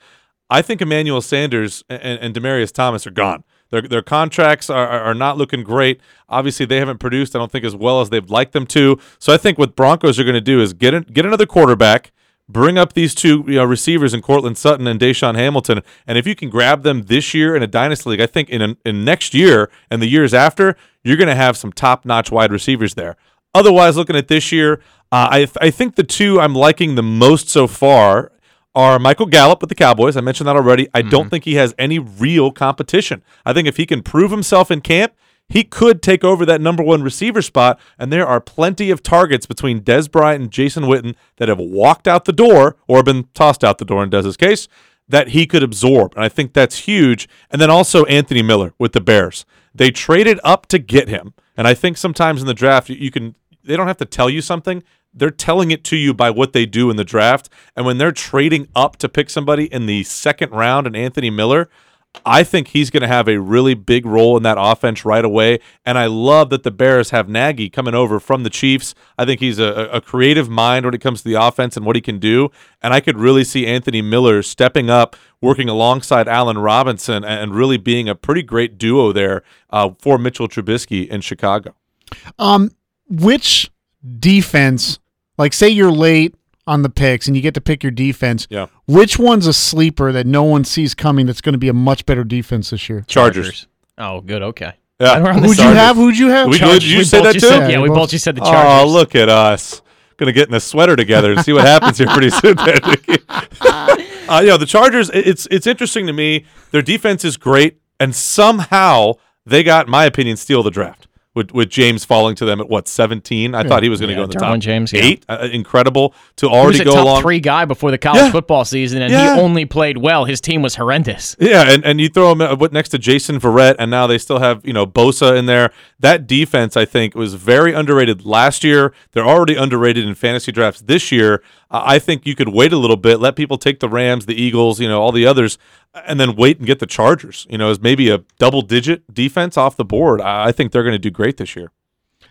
I think Emmanuel Sanders and, and Demarius Thomas are gone. Their, their contracts are, are, are not looking great. Obviously, they haven't produced, I don't think, as well as they'd like them to. So I think what Broncos are going to do is get, an, get another quarterback, bring up these two you know, receivers in Cortland Sutton and Deshaun Hamilton. And if you can grab them this year in a dynasty league, I think in, in next year and the years after, you're going to have some top notch wide receivers there. Otherwise, looking at this year, uh, I, I think the two I'm liking the most so far are Michael Gallup with the Cowboys. I mentioned that already. I don't think he has any real competition. I think if he can prove himself in camp, he could take over that number one receiver spot. And there are plenty of targets between Des Bryant and Jason Witten that have walked out the door or been tossed out the door in Des's case that he could absorb. And I think that's huge. And then also Anthony Miller with the Bears. They traded up to get him. And I think sometimes in the draft, you, you can they don't have to tell you something. They're telling it to you by what they do in the draft. And when they're trading up to pick somebody in the second round and Anthony Miller, I think he's going to have a really big role in that offense right away. And I love that the Bears have Nagy coming over from the Chiefs. I think he's a, a creative mind when it comes to the offense and what he can do. And I could really see Anthony Miller stepping up, working alongside Allen Robinson, and really being a pretty great duo there uh, for Mitchell Trubisky in Chicago. Um, which defense, like say you're late on the picks and you get to pick your defense, Yeah. which one's a sleeper that no one sees coming that's going to be a much better defense this year? Chargers. Oh, good. Okay. Yeah. We're on the Who'd you Chargers. have? Who'd you have? We good? Did you We say both that just too? said- yeah, we Yeah, both both- just said the Oh, Chargers. look at us. Gonna get in a sweater together and see what happens here pretty soon. Patrick. uh, you know, the Chargers. i- It's it's interesting to me. Their defense is great, and somehow they got, in my opinion, steal the draft with with James falling to them at what seventeen. I thought he was going to Yeah, go in the Derwin top James, yeah. eight. Uh, incredible to He was already a go top along three guy before the college Yeah. football season, and Yeah. he only played well. His team was horrendous. Yeah, and, and you throw him uh, what next to Jason Verrett, and now they still have you know Bosa in there. That defense, I think, was very underrated last year. They're already underrated in fantasy drafts this year. Uh, I think you could wait a little bit, let people take the Rams, the Eagles, you know, all the others, uh, and then wait and get the Chargers. You know, as maybe a double-digit defense off the board. I, I think they're going to do great this year.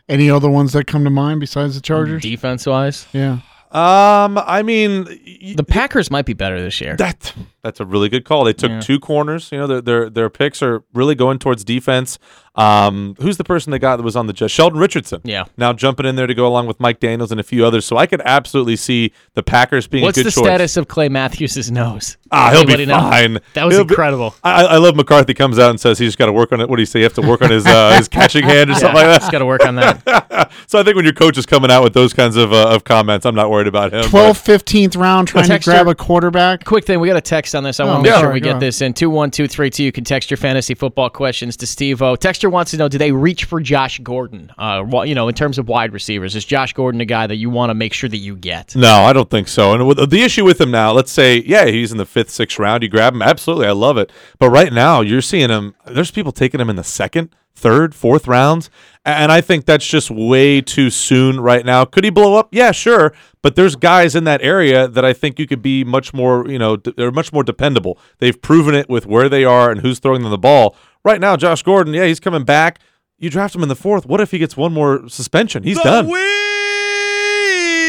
Any other ones that come to mind besides the Chargers? Defense wise, Yeah. Um, I mean, y- the Packers might be better this year. That that's a really good call. They took two corners. You know, their their their picks are really going towards defense. Um, who's the person they got that was on the Jets? Sheldon Richardson. Yeah. Now jumping in there to go along with Mike Daniels and a few others. So I could absolutely see the Packers being What's a good the choice. status of Clay Matthews' nose? Ah, he'll Anybody be know? fine. That was He'll be- incredible. I, I love McCarthy comes out and says he's got to work on it. What do you say? You have to work on his uh, his catching hand or something like that. Just got to work on that. So I think when your coach is coming out with those kinds of uh, of comments, I'm not worried about him. but- 12th, 15th round trying to Texter- grab a quarterback. Quick thing, we got a text on this. I want Oh, to make yeah. sure we Go get on. this in. 21232, you can text your fantasy football questions to Steve O. Texter wants to know do they reach for Josh Gordon? Uh, wha- you know, in terms of wide receivers, is Josh Gordon a guy that you want to make sure that you get? No, I don't think so. And with, the issue with him now, let's say, yeah, he's in the fifth, sixth round. You grab him, absolutely, I love it. But right now, you're seeing him. There's people taking him in the second, third, fourth rounds, a- and I think that's just way too soon right now. Could he blow up? Yeah, sure. But there's guys in that area that I think you could be much more, you know, d- they're much more dependable. They've proven it with where they are and who's throwing them the ball. Right now, Josh Gordon, yeah, he's coming back. You draft him in the fourth. What if he gets one more suspension? He's done.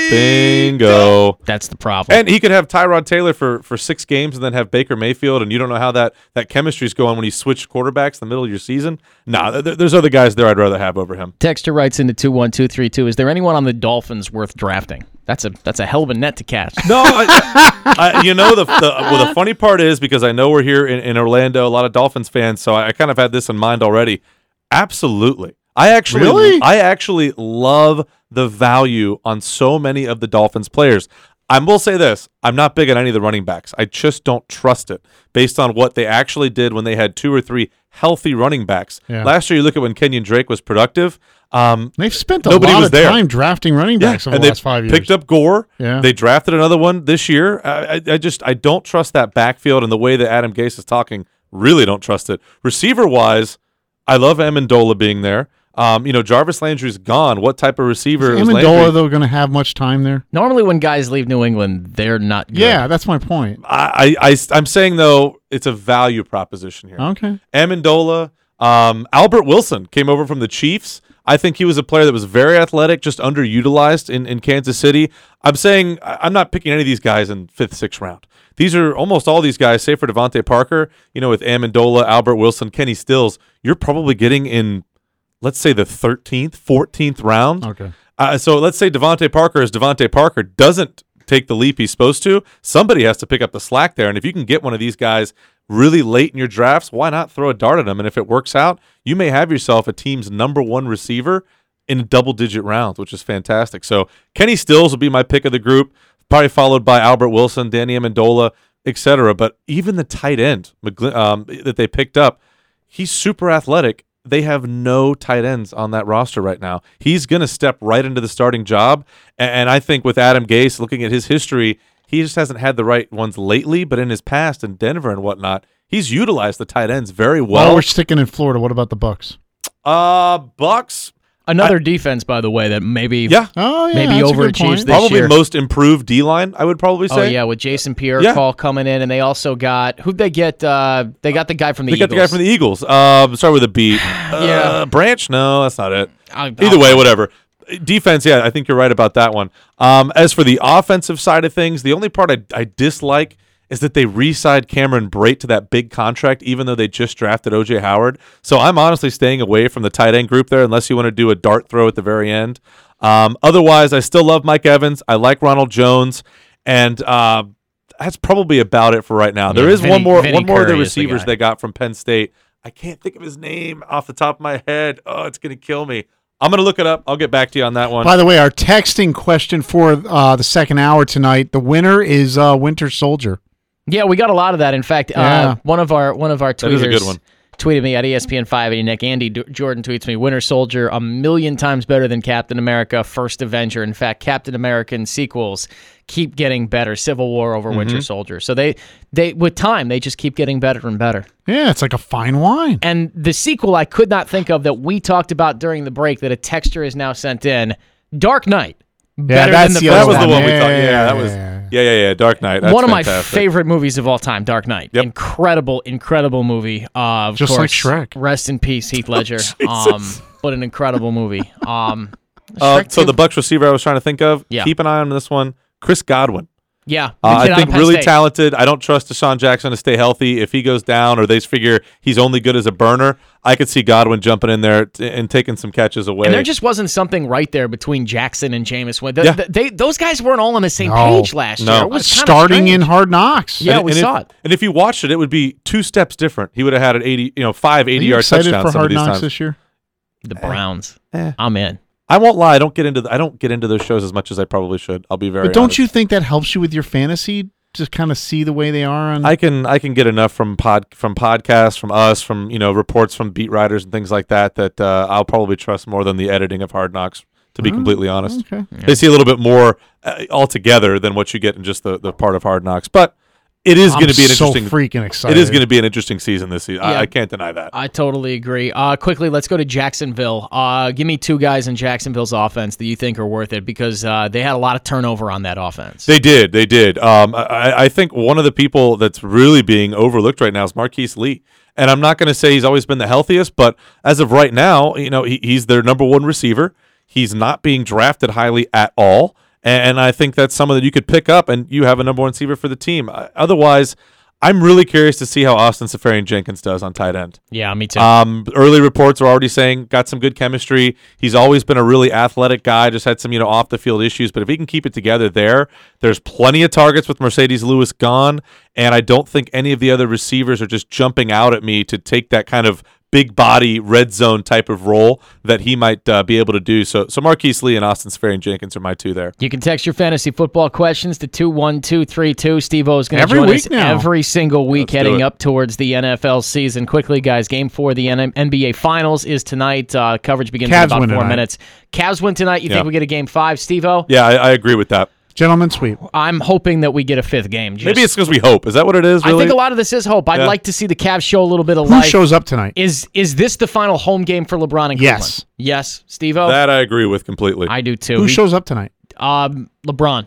Bingo. That's the problem. And he could have Tyrod Taylor for, for six games and then have Baker Mayfield, and you don't know how that, that chemistry's going when he switched quarterbacks in the middle of your season. Nah, th- there's other guys there I'd rather have over him. Texter writes into 21232, is there anyone on the Dolphins worth drafting? That's a that's a hell of a net to catch. No, I, I, you know the, the well. The funny part is because I know we're here in, in Orlando, a lot of Dolphins fans, so I, I kind of had this in mind already. Absolutely, I actually, Really? I actually love the value on so many of the Dolphins players. I will say this: I'm not big on any of the running backs. I just don't trust it based on what they actually did when they had two or three healthy running backs. Yeah. Last year, you look at when Kenyon Drake was productive. Um, They've spent a Nobody lot was of there. time drafting running backs over and the they last five years. picked up Gore. Yeah. They drafted another one this year. I, I, I just I don't trust that backfield and the way that Adam Gase is talking. Really don't trust it. Receiver wise, I love Amendola being there. Um, you know Jarvis Landry's gone. What type of receiver Is is Amendola, Landry? though, going to have much time there? Normally when guys leave New England, they're not good. Yeah, that's my point. I, I I am saying though it's a value proposition here. Okay. Amendola, um, Albert Wilson came over from the Chiefs. I think he was a player that was very athletic, just underutilized in, in Kansas City. I'm saying I- I'm not picking any of these guys in fifth, sixth round. These are almost all these guys, save for Devontae Parker, you know, with Amendola, Albert Wilson, Kenny Stills, you're probably getting in, let's say, the 13th, 14th round. Okay. Uh, so let's say Devonte Parker is Devonte Parker doesn't take the leap he's supposed to. Somebody has to pick up the slack there, and if you can get one of these guys really late in your drafts, why not throw a dart at them? And if it works out, you may have yourself a team's number one receiver in double-digit rounds, which is fantastic. So Kenny Stills will be my pick of the group, probably followed by Albert Wilson, Danny Amendola, etc. But even the tight end McGlin- um, that they picked up, he's super athletic they have no tight ends on that roster right now. He's going to step right into the starting job. a- And, I think with Adam Gase, looking at his history, he just hasn't had the right ones lately. But in his past in Denver and whatnot, he's utilized the tight ends very Well, well. we're sticking in Florida. What about the Bucks? Uh, Bucks, Another defense, by the way, that maybe yeah. Oh, yeah, maybe that's a good overachieves point. this Probably year. most improved D line, I would probably say. Oh yeah, with Jason Pierre Yeah. Paul coming in, and they also got who'd they get? Uh, they got the guy from the They got the guy from the Eagles. Um, start with a B. Uh, Branch? No, that's not it. I'll- Either way, whatever. Defense, yeah, I think you're right about that one. Um, as for the offensive side of things, the only part I, I dislike is that they re-signed Cameron Brate to that big contract, even though they just drafted OJ Howard. So I'm honestly staying away from the tight end group there, unless you want to do a dart throw at the very end. Um, otherwise, I still love Mike Evans. I like Ronald Jones, and uh, that's probably about it for right now. There Yeah, is one Vinny- more Vinny one more of the Curry is the receivers guy. they got from Penn State. I can't think of his name off the top of my head. Oh, it's gonna kill me. I'm gonna look it up. I'll get back to you on that one. By the way, our texting question for uh, the second hour tonight, the winner is uh, Winter Soldier. Yeah, we got a lot of that. In fact, Yeah. uh, one of our one of our tweeters is a good one. tweeted me at E ESPN five eighty Nick Andy D- Jordan tweets me Winter Soldier a million times better than Captain America First Avenger. In fact, Captain American sequels keep getting better. Civil War over Mm-hmm. Winter Soldier. So they they with time they just keep getting better and better. Yeah, it's like a fine wine. And the sequel I could not think of that we talked about during the break that a texture is now sent in Dark Knight. Better that's than the the other that first was the one. one we Yeah, thought. yeah, Yeah, yeah, that was yeah. yeah, yeah, yeah. Dark Knight. That's one of fantastic. my favorite movies of all time, Dark Knight. Yep. Incredible, incredible movie. Uh, of Just like course, Shrek. Rest in peace, Heath Ledger. Oh, um, but an incredible movie. Um, Uh, Shrek so two- the Bucks receiver I was trying to think of. Yeah. Keep an eye on this one. Chris Godwin. yeah, Uh, kid out I of think Penn really State. talented. I don't trust Deshaun Jackson to stay healthy. If he goes down, or they figure he's only good as a burner, I could see Godwin jumping in there t- and taking some catches away. And there just wasn't something right there between Jackson and Jameis. When Yeah. they those guys weren't all on the same No. page last No. year. It It was kinda starting strange. in Hard Knocks. Yeah, And- we and saw if, it. And if you watched it, it would be two steps different. He would have had an 80, you know, five Are 80 you yard excited touchdowns for some of Hard these Knocks times. this year? The Browns. Eh. I'm in. I won't lie. I don't get into the, I don't get into those shows as much as I probably should. I'll be very. But don't honest. you think that helps you with your fantasy? Just kind of see the way they are on. I can I can get enough from pod from podcasts from us from you know reports from beat writers and things like that that uh, I'll probably trust more than the editing of Hard Knocks. To be completely honest, Oh, okay. they see a little bit more uh, altogether than what you get in just the, the part of Hard Knocks. But it is I'm going to be an so interesting. freaking it excited. is going to be an interesting season this season. Yeah. I, I can't deny that. I totally agree. Uh, quickly, let's go to Jacksonville. Uh, give me two guys in Jacksonville's offense that you think are worth it because uh, they had a lot of turnover on that offense. They did. They did. Um, I- I, I think one of the people that's really being overlooked right now is Marquise Lee. And I'm not going to say he's always been the healthiest, but as of right now, you know, he, he's their number one receiver. He's not being drafted highly at all. And, I think that's someone that you could pick up and you have a number one receiver for the team. Uh, Otherwise, I'm really curious to see how Austin Safarian Jenkins does on tight end. yeah, me too. Um, early reports are already saying got some good chemistry. He's always been a really athletic guy. Just had some you know off the field issues, but if he can keep it together there, there's plenty of targets with Mercedes Lewis gone, and I don't think any of the other receivers are just jumping out at me to take that kind of big body red zone type of role that he might uh, be able to do. So so Marquise Lee and Austin Safarian Jenkins are my two there. You can text your fantasy football questions to 21232. Steve O is going to Every join week us now. every single week do heading it. up towards the NFL season. Quickly, guys, game four, of the N- NBA Finals is tonight. Uh, coverage begins Cavs in about win four tonight. minutes. Cavs win tonight. You Yeah. think we get a game five, Steve O? Yeah, I, I agree with that. Gentlemen sweep. I'm hoping that we get a fifth game. Just- Maybe it's because we hope. Is that what it is? Really? I think a lot of this is hope. I'd Yeah. like to see the Cavs show a little bit of Who life. shows up tonight? Is is this the final home game for LeBron and Yes. Cleveland? Yes, Steve-O. that I agree with completely. I do too. Who We- shows up tonight? um, LeBron.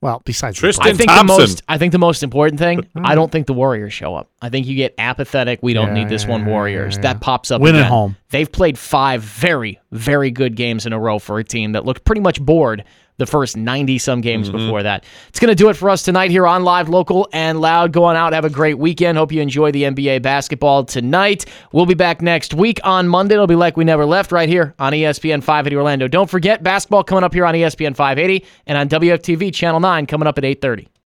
Well, besides Tristan I LeBron. think Thompson. the most. I think the most important thing. I don't think the Warriors show up. I think you get apathetic. We don't Yeah, need this yeah, one. yeah, Warriors. yeah, yeah. That pops up. Win at again. home. They've played five very very good games in a row for a team that looked pretty much bored the first 90 some games before that. It's going to do it for us tonight here on Live Local and Loud. Go on out, have a great weekend. Hope you enjoy the NBA basketball tonight. We'll be back next week on Monday. It'll be like we never left right here on E ESPN 580 E Orlando. Don't forget basketball coming up here on ESPN 580 and on WFTV channel 9 coming up at 8:30.